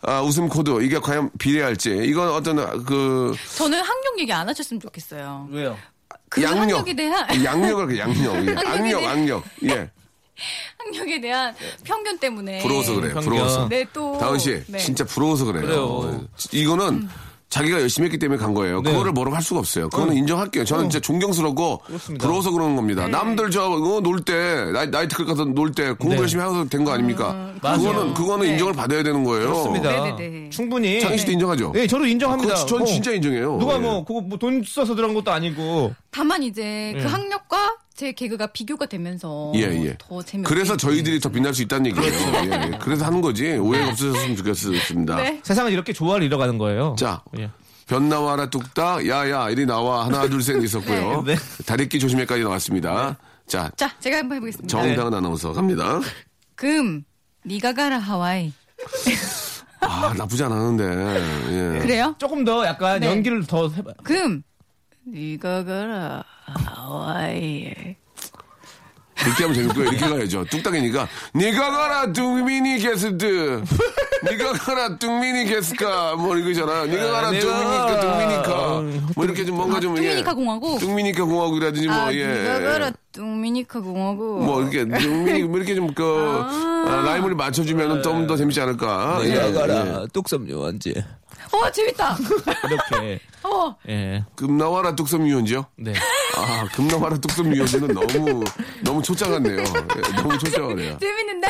[SPEAKER 1] 아, 웃음 코드 이게 과연 비례할지. 이건 어떤 그
[SPEAKER 2] 저는 학력 얘기 안 하셨으면 좋겠어요.
[SPEAKER 3] 왜요?
[SPEAKER 2] 그
[SPEAKER 1] 양력.
[SPEAKER 2] 학력에 대한
[SPEAKER 1] 양력을 그 양력. 예.
[SPEAKER 2] [LAUGHS] 학력에 네.
[SPEAKER 1] 악력,
[SPEAKER 2] 대한-
[SPEAKER 1] 악력. 예.
[SPEAKER 2] 학력에 대한 편견 때문에.
[SPEAKER 1] 부러워서 그래.
[SPEAKER 3] 평균.
[SPEAKER 1] 부러워서.
[SPEAKER 2] 네, 또.
[SPEAKER 1] 다은 씨
[SPEAKER 2] 네.
[SPEAKER 1] 진짜 부러워서 그래요.
[SPEAKER 3] 그래요.
[SPEAKER 1] 이거는 자기가 열심히 했기 때문에 간 거예요.
[SPEAKER 3] 네.
[SPEAKER 1] 그거를 뭐라고 할 수가 없어요. 그거는 인정할게요. 저는 진짜 존경스럽고
[SPEAKER 3] 그렇습니다. 네.
[SPEAKER 1] 부러워서 그러는 겁니다. 남들 어, 저놀때 나이 나이트클 가서 놀 때 공부
[SPEAKER 3] 네.
[SPEAKER 1] 열심히 하서 된 거 아닙니까?
[SPEAKER 3] 맞아요.
[SPEAKER 1] 그거는 그거는
[SPEAKER 2] 음, 네.
[SPEAKER 1] 인정을 받아야 되는 거예요.
[SPEAKER 3] 그렇습니다.
[SPEAKER 2] 네네네.
[SPEAKER 3] 충분히.
[SPEAKER 1] 장희 씨도 인정하죠. 아,
[SPEAKER 3] 네, 저도 인정합니다.
[SPEAKER 1] 그거 저는
[SPEAKER 3] 어.
[SPEAKER 1] 진짜 인정해요.
[SPEAKER 3] 누가
[SPEAKER 1] 예.
[SPEAKER 3] 뭐 그거 뭐 돈 써서 들어간 것도 아니고.
[SPEAKER 2] 다만 이제
[SPEAKER 3] 예.
[SPEAKER 2] 그 학력과 제 개그가 비교가 되면서
[SPEAKER 1] 예, 예.
[SPEAKER 2] 더 재미없게.
[SPEAKER 1] 그래서 저희들이 더 빛날 수 있다는 얘기예요.
[SPEAKER 3] 그렇죠.
[SPEAKER 1] 예, 예. 그래서 하는 거지. 오해가 없으셨으면 좋겠습니다.
[SPEAKER 2] 네.
[SPEAKER 3] 세상은 이렇게 조화를 잃어가는 거예요.
[SPEAKER 1] 자,
[SPEAKER 3] 예.
[SPEAKER 1] 변나와라 뚝딱, 야야, 이리 나와. 하나, 둘, 셋
[SPEAKER 2] [LAUGHS]
[SPEAKER 1] 있었고요.
[SPEAKER 3] 네.
[SPEAKER 1] 다리끼 조심해까지 나왔습니다.
[SPEAKER 2] 네.
[SPEAKER 1] 자,
[SPEAKER 2] 자, 제가 한번 해보겠습니다.
[SPEAKER 1] 정다은 아나운서 갑니다.
[SPEAKER 2] 금, 니가 가라 하와이.
[SPEAKER 1] 아, 나쁘지 않았는데. 예.
[SPEAKER 2] 그래요?
[SPEAKER 3] 조금 더 약간
[SPEAKER 2] 네.
[SPEAKER 3] 연기를 더 해봐.
[SPEAKER 2] 금, 니가 가라 하와이.
[SPEAKER 1] 이렇게 하면 재밌고요. 이렇게 가야죠. 뚝딱이니까. 니가 가라, 뚱미니 게스트. 니가 가라, 뚱미니 게스카. 뭐 이거잖아. 니가 가라,
[SPEAKER 3] 내가-
[SPEAKER 1] 뚱미니까, 뚱미니까. 뭐 이렇게 좀 뭔가
[SPEAKER 2] 아,
[SPEAKER 1] 좀. 이게
[SPEAKER 2] 뚱미니카 공화국?
[SPEAKER 1] 뚱미니까 공화국이라든지 뭐,
[SPEAKER 2] 아,
[SPEAKER 1] 예.
[SPEAKER 2] 니가 가라 뚱미니카 공화국.
[SPEAKER 1] 뭐 이렇게 뚱미니, 뭐 이렇게 좀 그, 아, 라임을 맞춰주면 좀 더 재밌지 않을까.
[SPEAKER 2] 네.
[SPEAKER 1] 예, 예.
[SPEAKER 3] 뚝섬 요한지.
[SPEAKER 2] 어, 재밌다! [LAUGHS]
[SPEAKER 3] 이렇게.
[SPEAKER 2] 어,
[SPEAKER 3] 예.
[SPEAKER 1] 금나와라 뚝섬 유원지요?
[SPEAKER 3] 네.
[SPEAKER 1] 아, 금나와라 뚝섬 유원지는 너무, 너무 초짜같네요. 예, 너무 초짜같네요.
[SPEAKER 2] 재밌는데?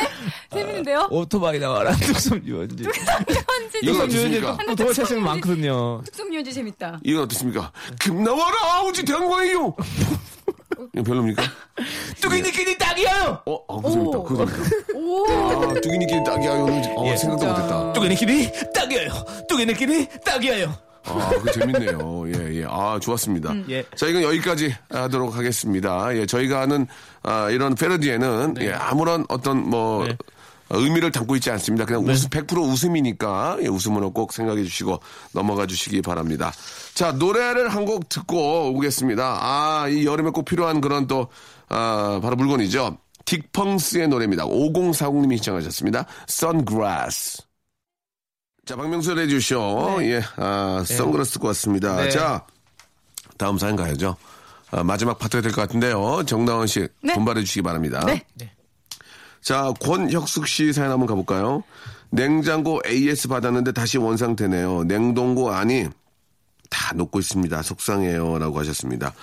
[SPEAKER 2] 재밌는데요?
[SPEAKER 3] 오토바이 나와라 뚝섬 유원지.
[SPEAKER 2] 뚝섬유원지
[SPEAKER 1] 어, 이거
[SPEAKER 3] 뚝섬 유원지
[SPEAKER 1] 어떻습니까?
[SPEAKER 3] 또 도와 찾으면 많거든요.
[SPEAKER 2] 뚝섬유원지 재밌다.
[SPEAKER 1] 이건 어떻습니까? 금나와라 아우지 대왕광이요! 이거 별로입니까?
[SPEAKER 3] 뚜기니끼니 딱이요.
[SPEAKER 1] 어, 아, 그거 재밌다. 그거 재밌다.
[SPEAKER 2] 오!
[SPEAKER 1] 아, 뚜기니끼리 딱이야. 어, 생각도 못했다.
[SPEAKER 3] 뚜기니끼니 딱이요. 뚜기니끼니 딱이요.
[SPEAKER 1] 아, 그거 재밌네요. 예, 예. 아, 좋았습니다.
[SPEAKER 3] 예.
[SPEAKER 1] 자, 이건 여기까지 하도록 하겠습니다. 예, 저희가 하는, 아, 이런 패러디에는, 예, 아무런 어떤 뭐,
[SPEAKER 3] 네.
[SPEAKER 1] 의미를 담고 있지 않습니다. 그냥 웃음, 100% 웃음이니까, 예, 웃음으로 꼭 생각해 주시고 넘어가 주시기 바랍니다. 자, 노래를 한 곡 듣고 오겠습니다. 아, 이 여름에 꼭 필요한 그런 또, 아, 바로 물건이죠. 딕펑스의 노래입니다. 5040님이 시청하셨습니다. 선글라스. 자, 박명수 레디오쇼. 예, 아, 선글라스 듣고 왔습니다.
[SPEAKER 3] 네.
[SPEAKER 1] 자, 다음 사연 가야죠. 아, 마지막 파트가 될 것 같은데요. 정다원 씨,
[SPEAKER 2] 네.
[SPEAKER 1] 분발해 주시기 바랍니다.
[SPEAKER 2] 네.
[SPEAKER 1] 자, 권혁숙 씨 사연 한번 가볼까요? 냉장고 AS 받았는데 다시 원상태네요. 냉동고 안이 다 녹고 있습니다. 속상해요. 라고 하셨습니다.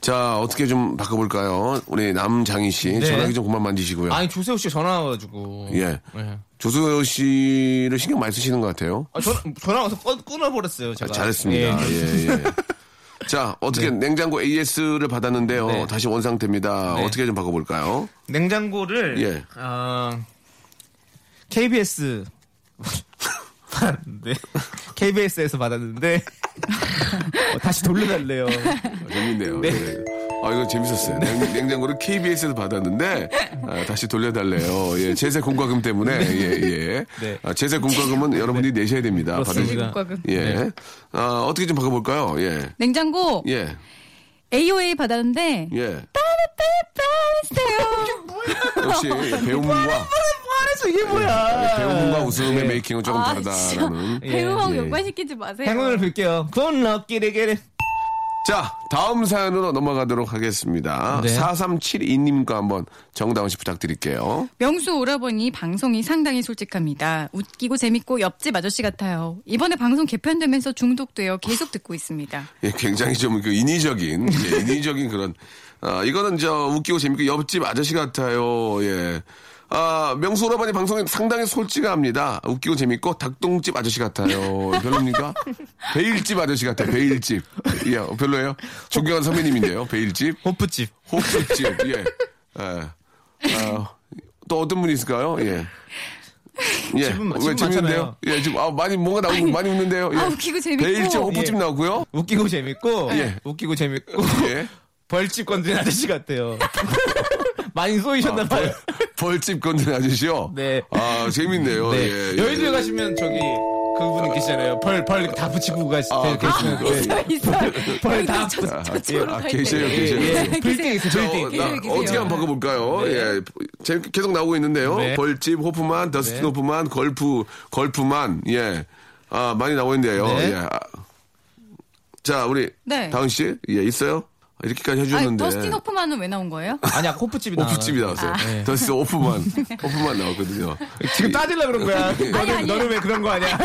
[SPEAKER 1] 자, 어떻게 좀 바꿔볼까요? 우리 남장희 씨, 전화기 좀 그만 만지시고요.
[SPEAKER 3] 네. 아니 조세호 씨 전화 와가지고.
[SPEAKER 1] 예.
[SPEAKER 3] 예.
[SPEAKER 1] 조수호 씨를 신경 많이 쓰시는 것 같아요.
[SPEAKER 3] 아, 전화, 전화 와서 끊, 끊어버렸어요. 제가.
[SPEAKER 1] 잘했습니다.
[SPEAKER 3] 예.
[SPEAKER 1] 아, 예, 네. 예. [LAUGHS] 자, 어떻게 냉장고 AS를 받았는데요.
[SPEAKER 3] 네.
[SPEAKER 1] 다시 원상태입니다.
[SPEAKER 3] 네.
[SPEAKER 1] 어떻게 좀 바꿔볼까요?
[SPEAKER 3] 냉장고를
[SPEAKER 1] 예.
[SPEAKER 3] 아, KBS [LAUGHS] 받았는데 KBS에서 받았는데 어, 다시 돌려달래요.
[SPEAKER 1] 아, 재밌네요. 예. 아, 이거 재밌었어요. 냉, 장고를 KBS에서 [LAUGHS] 받았는데, 아, 다시 돌려달래요. 예, 제세 공과금 때문에, 예, 예.
[SPEAKER 3] 네.
[SPEAKER 1] 아, 제세 공과금은 여러분이 내셔야 됩니다.
[SPEAKER 3] 그렇습니다.
[SPEAKER 1] 받으시-
[SPEAKER 2] 국과금.
[SPEAKER 1] 예. 아, 어떻게 좀 바꿔볼까요? 예.
[SPEAKER 2] 냉장고
[SPEAKER 1] 예.
[SPEAKER 2] AOA 받았는데
[SPEAKER 1] 예.
[SPEAKER 2] 빠빠빠빠요.
[SPEAKER 1] [LAUGHS] 역시 배움과,
[SPEAKER 3] 뭐하면서 이게 뭐야?
[SPEAKER 1] 배움과 웃음의 메이킹은 조금
[SPEAKER 2] 아,
[SPEAKER 1] 다르다라는.
[SPEAKER 2] [LAUGHS] 배우하고
[SPEAKER 1] 예.
[SPEAKER 2] 연관시키지 마세요.
[SPEAKER 3] 행운을 빌게요. 굿럭끼리끼리.
[SPEAKER 1] 자, 다음 사연으로 넘어가도록 하겠습니다.
[SPEAKER 3] 네.
[SPEAKER 1] 4372님과 한번 정다운 씨 부탁드릴게요.
[SPEAKER 2] 명수 오라버니 방송이 상당히 솔직합니다. 웃기고 재밌고 옆집 아저씨 같아요. 이번에 방송 개편되면서 중독되어 계속 듣고 있습니다.
[SPEAKER 1] 예, 굉장히 좀 그 인위적인, 예, 인위적인 그런, 아, 이거는 저 웃기고 재밌고 옆집 아저씨 같아요. 예. 아, 명수 오라버니 방송에 상당히 솔직합니다. 웃기고 재밌고 닭똥집 아저씨 같아요. 별로입니까? 베일집 아저씨 같아요. 베일집. 예, 별로예요? 존경하는 선배님인데요. 베일집.
[SPEAKER 3] 호프집.
[SPEAKER 1] 호프집, 예. 예. 아, 또 어떤 분이 있을까요? 예. 예.
[SPEAKER 3] 집은 마-
[SPEAKER 1] 왜
[SPEAKER 3] 집은
[SPEAKER 1] 재밌는데요?
[SPEAKER 3] 많잖아요.
[SPEAKER 1] 예, 지금 아, 많이 뭔가 나오고 많이 웃는데요. 예.
[SPEAKER 2] 아, 웃기고 재밌고.
[SPEAKER 1] 베일집 호프집
[SPEAKER 3] 예.
[SPEAKER 1] 나오고요.
[SPEAKER 3] 웃기고 재밌고.
[SPEAKER 1] 예.
[SPEAKER 3] 웃기고 재밌고. [LAUGHS]
[SPEAKER 1] 예.
[SPEAKER 3] 벌집 건드린 아저씨 같아요. [LAUGHS] 많이 쏘이셨나봐요.
[SPEAKER 1] 아, 벌집 건드는 아저씨요.
[SPEAKER 3] 네.
[SPEAKER 1] 아, 재밌네요.
[SPEAKER 3] 네.
[SPEAKER 1] 예, 예.
[SPEAKER 3] 여의도에 가시면 저기 그분 계시잖아요. 벌, 벌 다 붙이고 가시,
[SPEAKER 1] 아,
[SPEAKER 3] 아, 계시는
[SPEAKER 1] 그렇군요.
[SPEAKER 3] 분.
[SPEAKER 2] 있어요, 있어요.
[SPEAKER 3] 벌 다.
[SPEAKER 2] 저- 저- 저쪽으로
[SPEAKER 1] 아,
[SPEAKER 2] 갈
[SPEAKER 1] 계세요,
[SPEAKER 2] 때.
[SPEAKER 1] 계세요.
[SPEAKER 2] 예,
[SPEAKER 3] 예. 빌딩 있어요,
[SPEAKER 2] 계세요.
[SPEAKER 3] 빌딩.
[SPEAKER 1] 나,
[SPEAKER 2] 계세요, 계세요.
[SPEAKER 1] 어떻게 한번 바꿔볼까요? 예. 재- 계속 나오고 있는데요.
[SPEAKER 3] 네.
[SPEAKER 1] 벌집, 호프만,
[SPEAKER 3] 네.
[SPEAKER 1] 더스틴 호프만, 걸프, 걸프만. 예. 아, 많이 나오고 있는데요.
[SPEAKER 3] 네.
[SPEAKER 1] 예. 아. 자, 우리
[SPEAKER 2] 네.
[SPEAKER 1] 다은 씨. 예, 있어요? 이렇게까지
[SPEAKER 2] 아니,
[SPEAKER 1] 해주셨는데.
[SPEAKER 2] 더스틴 호프만은 왜 나온 거예요? 아.
[SPEAKER 3] 아니, 아까 호프집이 나와.
[SPEAKER 1] 오프집이 나왔어요.
[SPEAKER 3] 네.
[SPEAKER 1] 더스 오프만, 오프만 나왔거든요.
[SPEAKER 3] 지금 따질라 그런 거야. 너는, 너는 왜 그런 거 아니야?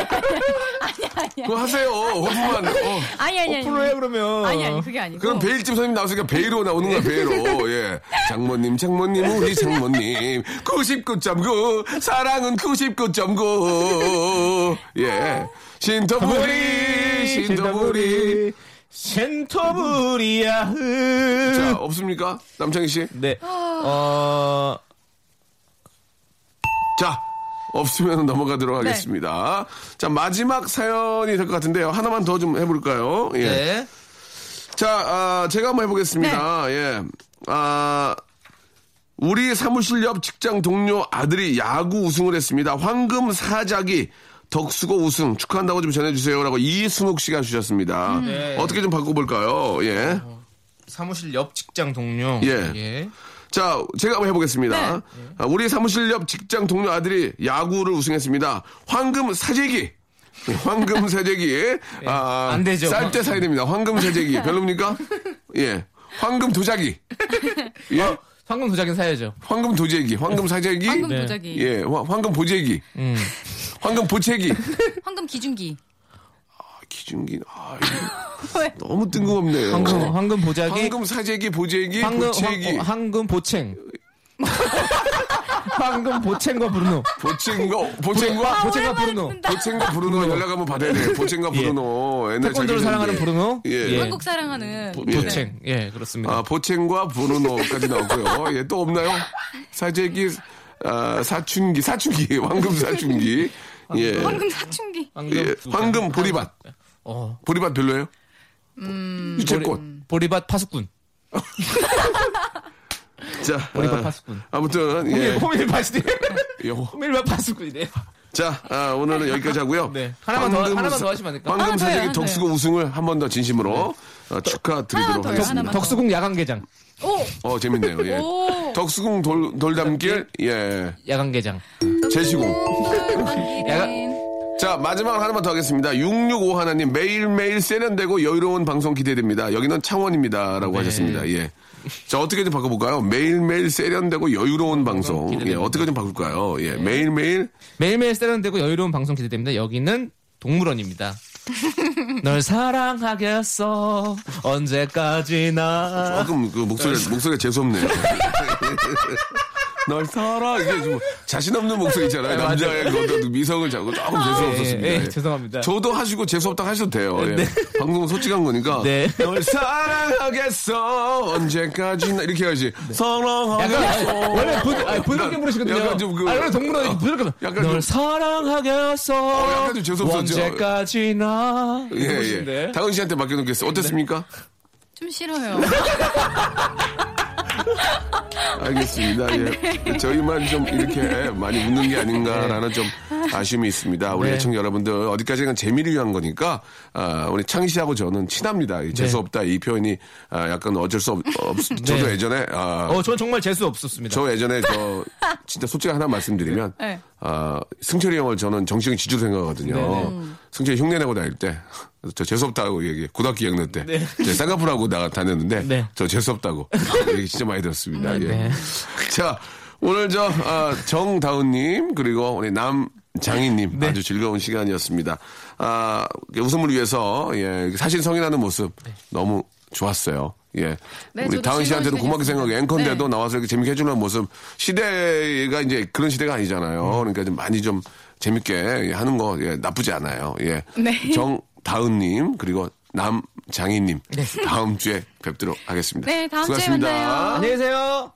[SPEAKER 1] 그거 하세요. 오프만. 어.
[SPEAKER 2] 아니 아니 아니.
[SPEAKER 3] 호프로 해, 그러면.
[SPEAKER 2] 아니 아니 그게 아니고.
[SPEAKER 1] 그럼 베일집 선생님 나왔으니까 베이로 나오는 거야, 베이로. 예. 장모님, 장모님, 우리 장모님. 99.9. 사랑은 99.9. 예. 신터부리, 신터부리.
[SPEAKER 3] 센터부리야.
[SPEAKER 1] 자, 없습니까? 남창희 씨.
[SPEAKER 3] 네.
[SPEAKER 2] 아.
[SPEAKER 3] 어,
[SPEAKER 1] 자, 없으면 넘어가도록 하겠습니다. 자, 마지막 사연이 될 것 같은데요. 하나만 더 좀 해볼까요? 예.
[SPEAKER 3] 네.
[SPEAKER 1] 자, 아, 제가 한번 해보겠습니다. 예. 아, 우리 사무실 옆 직장 동료 아들이 야구 우승을 했습니다. 황금 사자기 덕수고 우승 축하한다고 좀 전해주세요라고 이순욱 씨가 주셨습니다.
[SPEAKER 3] 네.
[SPEAKER 1] 어떻게 좀 바꿔볼까요? 예.
[SPEAKER 3] 사무실 옆 직장 동료.
[SPEAKER 1] 예. 자, 제가 한번 해보겠습니다.
[SPEAKER 3] 네.
[SPEAKER 1] 아, 우리 사무실 옆 직장 동료 아들이 야구를 우승했습니다. 황금 사재기. 예,
[SPEAKER 3] [LAUGHS]
[SPEAKER 1] 황금 사재기. 아,
[SPEAKER 3] 네, 안 되죠.
[SPEAKER 1] 쌀때 사야 됩니다. 황금
[SPEAKER 3] [LAUGHS]
[SPEAKER 1] 사재기. 별로입니까? 예. 황금 도자기. 예.
[SPEAKER 3] 황금 도자기 사야죠.
[SPEAKER 1] 황금 도재기. 황금 사재기.
[SPEAKER 2] 황금
[SPEAKER 3] 네.
[SPEAKER 2] 도자기.
[SPEAKER 1] 예. 화- 황금 보재기.
[SPEAKER 3] 음.
[SPEAKER 1] 황금
[SPEAKER 3] [LAUGHS]
[SPEAKER 1] 보채기.
[SPEAKER 2] 황금 기준기.
[SPEAKER 1] 아, 기준기. 아, 이거 너무 뜬금없네요.
[SPEAKER 3] 황금, 황금 보자기.
[SPEAKER 1] 황금 사재기, 보재기,
[SPEAKER 3] 황금, 어,
[SPEAKER 1] 보채기.
[SPEAKER 3] 황, 황금 보챙. [LAUGHS] 황금 보챙과 브루노.
[SPEAKER 1] 어, 보챙거,
[SPEAKER 2] 아,
[SPEAKER 1] 보챙거?
[SPEAKER 3] 보챙과 브루노. 음. 예.
[SPEAKER 1] 보챙과 브루노 연락 한번 받아야 돼요. 보챙과 브루노. 옛날
[SPEAKER 3] 태권도를
[SPEAKER 1] 자기들인데.
[SPEAKER 3] 사랑하는 브루노.
[SPEAKER 1] 예.
[SPEAKER 3] 예.
[SPEAKER 2] 한국 사랑하는
[SPEAKER 1] 예.
[SPEAKER 3] 보챙. 예, 그렇습니다.
[SPEAKER 1] 아, 보챙과 브루노까지 나왔고요. 예, 또 없나요? 사재기, 아, 사춘기, 사춘기, [LAUGHS] 황금 사춘기. 예.
[SPEAKER 2] 아, 황금 사춘기.
[SPEAKER 3] 황금,
[SPEAKER 1] 예. 황금 보리밭.
[SPEAKER 3] 어.
[SPEAKER 1] 보리밭 별로예요?
[SPEAKER 2] 음.
[SPEAKER 1] 유채꽃.
[SPEAKER 3] 보리밭 파수꾼.
[SPEAKER 1] 자.
[SPEAKER 3] 보리밭
[SPEAKER 1] 아,
[SPEAKER 3] 파수꾼.
[SPEAKER 1] 아무튼, 예.
[SPEAKER 3] 호밀밭이. [LAUGHS]
[SPEAKER 1] 예, 호-
[SPEAKER 3] 호밀밭 파수꾼이네.
[SPEAKER 1] 자, 아, 오늘은 여기까지 하고요.
[SPEAKER 3] 네. 하나만 더,
[SPEAKER 1] 황금
[SPEAKER 3] 하나만
[SPEAKER 1] 사-
[SPEAKER 3] 더 하시면 안 될까요?
[SPEAKER 1] 황금
[SPEAKER 2] 하나 더요,
[SPEAKER 1] 사재기
[SPEAKER 2] 하나
[SPEAKER 1] 덕수고 우승을 한 번 더 진심으로 어, 축하드리도록
[SPEAKER 2] 하나 더요,
[SPEAKER 1] 하겠습니다.
[SPEAKER 2] 하나만.
[SPEAKER 3] 덕수궁 야간개장.
[SPEAKER 1] 어 재밌네요. 예.
[SPEAKER 2] 오.
[SPEAKER 1] 덕수궁 돌, 돌담길 예
[SPEAKER 3] 야간개장.
[SPEAKER 1] 제시궁. [LAUGHS]
[SPEAKER 2] 아,
[SPEAKER 3] 야간.
[SPEAKER 1] 자 마지막으로 하나만 더 하겠습니다. 665 하나님 매일 매일 세련되고 여유로운 방송 기대됩니다. 여기는 창원입니다라고 하셨습니다. 예. 자 어떻게 좀 바꿔볼까요? 매일 매일 세련되고 여유로운 방송. 예 어떻게 좀 바꿀까요? 예 매일 매일
[SPEAKER 3] 매일매일 세련되고 여유로운 방송 기대됩니다. 여기는
[SPEAKER 2] [LAUGHS]
[SPEAKER 3] 동물원입니다. 널 사랑하겠어 언제까지나
[SPEAKER 1] 조금 그 목소리 목소리가 재수없네요. [LAUGHS] 널 사랑 이게 좀 자신 없는 목소리 있잖아요. 남자의 그 어떤 미성을 잡고 조금 재수없었습니다.
[SPEAKER 3] 예, 예,
[SPEAKER 1] 예.
[SPEAKER 3] 죄송합니다.
[SPEAKER 1] 저도 하시고 재수없다 하셔도 돼요. 예. 방송은 솔직한 거니까.
[SPEAKER 3] 네.
[SPEAKER 1] 널 사랑하겠어. 언제까지나. 이렇게 해야지.
[SPEAKER 3] 네. 약간
[SPEAKER 1] 사랑하겠어.
[SPEAKER 3] 아니, 원래 부, 아니, 부드럽게 부르시거든요.
[SPEAKER 1] 약간 좀 그-
[SPEAKER 3] 아, 원래 동물원이
[SPEAKER 1] 어,
[SPEAKER 3] 부드럽게.
[SPEAKER 1] 약간
[SPEAKER 3] 널
[SPEAKER 1] 좀-
[SPEAKER 3] 사랑하겠어
[SPEAKER 1] 어, 약간 좀 재수없었죠.
[SPEAKER 3] 언제까지나
[SPEAKER 1] 예, 예. 다은 씨한테
[SPEAKER 3] 네.
[SPEAKER 1] 맡겨놓겠어. 어땠습니까?
[SPEAKER 2] 좀 싫어요.
[SPEAKER 1] 알겠습니다. 예. 저희만 좀 이렇게 많이 웃는 게 아닌가라는 좀 아쉬움이 있습니다. 우리
[SPEAKER 3] 네.
[SPEAKER 1] 애청자 여러분들 어디까지나 재미를 위한 거니까 아, 우리 창희 씨하고 저는 친합니다. 이 재수 없다 이 표현이 아, 약간 어쩔 수 없. 없 저도
[SPEAKER 3] 네.
[SPEAKER 1] 예전에 아,
[SPEAKER 3] 어, 전 정말 재수 없었습니다.
[SPEAKER 1] 저 예전에
[SPEAKER 3] [LAUGHS]
[SPEAKER 1] 저 진짜 솔직히 하나 말씀드리면
[SPEAKER 2] 네.
[SPEAKER 1] 아, 승철이 형을 저는 정신적인 지주 생각하거든요.
[SPEAKER 3] 네,
[SPEAKER 1] 승철이 흉내 내고 다닐 때. 그래서 저 재수없다고 얘기 고등학교 2학년 때. 제가 쌍꺼풀하고 나 다녔는데.
[SPEAKER 3] 네.
[SPEAKER 1] 저
[SPEAKER 3] [LAUGHS]
[SPEAKER 1] 재수없다고. 얘기 진짜 많이 들었습니다. 예.
[SPEAKER 3] 네.
[SPEAKER 1] [LAUGHS] 자, 오늘 저, 아, 정다운님, 그리고 우리 남장희님.
[SPEAKER 3] 네.
[SPEAKER 1] 아주 즐거운 시간이었습니다. 아, 웃음을 위해서, 예, 사실 성인하는 모습.
[SPEAKER 3] 네.
[SPEAKER 1] 너무 좋았어요. 예.
[SPEAKER 2] 네,
[SPEAKER 1] 우리
[SPEAKER 2] 저도
[SPEAKER 1] 다은 씨한테도
[SPEAKER 2] 즐거운
[SPEAKER 1] 고맙게 생각해.
[SPEAKER 2] 시간이었습니다.
[SPEAKER 1] 앵커인데도
[SPEAKER 2] 네.
[SPEAKER 1] 나와서 이렇게 재밌게 해주는 모습. 시대가 이제 그런 시대가 아니잖아요.
[SPEAKER 2] 음.
[SPEAKER 1] 그러니까 좀 많이 좀 재밌게 하는 거 예, 나쁘지 않아요. 예.
[SPEAKER 2] 네.
[SPEAKER 1] 정다은님, 그리고 남장희님. 다음 주에 뵙도록 하겠습니다.
[SPEAKER 2] 네, 다음 주에
[SPEAKER 1] 수고하셨습니다.
[SPEAKER 2] 만나요.
[SPEAKER 3] 안녕히 계세요.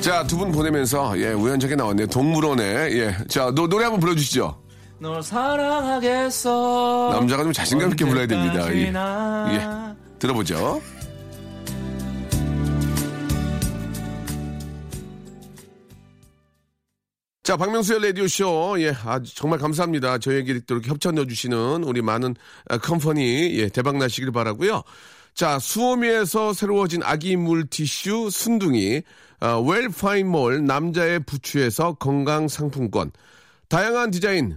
[SPEAKER 1] 자, 두 분 보내면서 예, 우연찮게 나왔네요. 동물원에. 예. 자, 노, 노래 한번 불러주시죠.
[SPEAKER 3] 널 사랑하겠어
[SPEAKER 1] 남자가 좀 자신감 있게 불러야 됩니다.
[SPEAKER 3] 네,
[SPEAKER 1] 예.
[SPEAKER 3] 언제까지나.
[SPEAKER 1] 예. 들어보죠. 자, 박명수의 라디오쇼. 예, 아, 정말 감사합니다. 저희에게 또 이렇게 협찬 넣어주시는 우리 많은 아, 컴퍼니, 예, 대박나시길 바라고요 자, 수오미에서 새로워진 아기 물티슈 아, 순둥이, 웰파인몰 남자의 부추에서 건강상품권, 다양한 디자인,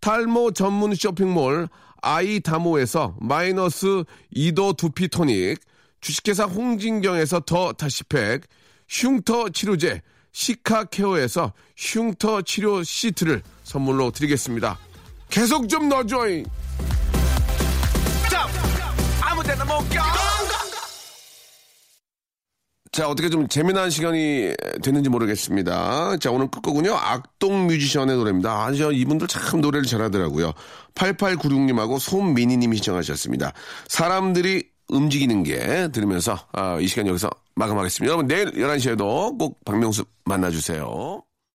[SPEAKER 1] 탈모 전문 쇼핑몰 아이다모에서 마이너스 2도 두피 토닉, 주식회사 홍진경에서 더 다시팩, 흉터 치료제 시카케어에서 흉터 치료 시트를 선물로 드리겠습니다. 계속 좀 넣어줘잉! 자, 어떻게 좀 재미난 시간이 됐는지 모르겠습니다. 자, 오늘 끝곡은요. 악동 뮤지션의 노래입니다. 아, 저 이분들 참 노래를 잘하더라고요. 8896님하고 손민희님이 신청하셨습니다. 사람들이 움직이는 게 들으면서 아, 이 시간 여기서 마감하겠습니다. 여러분, 내일 11시에도 꼭 박명수 만나주세요.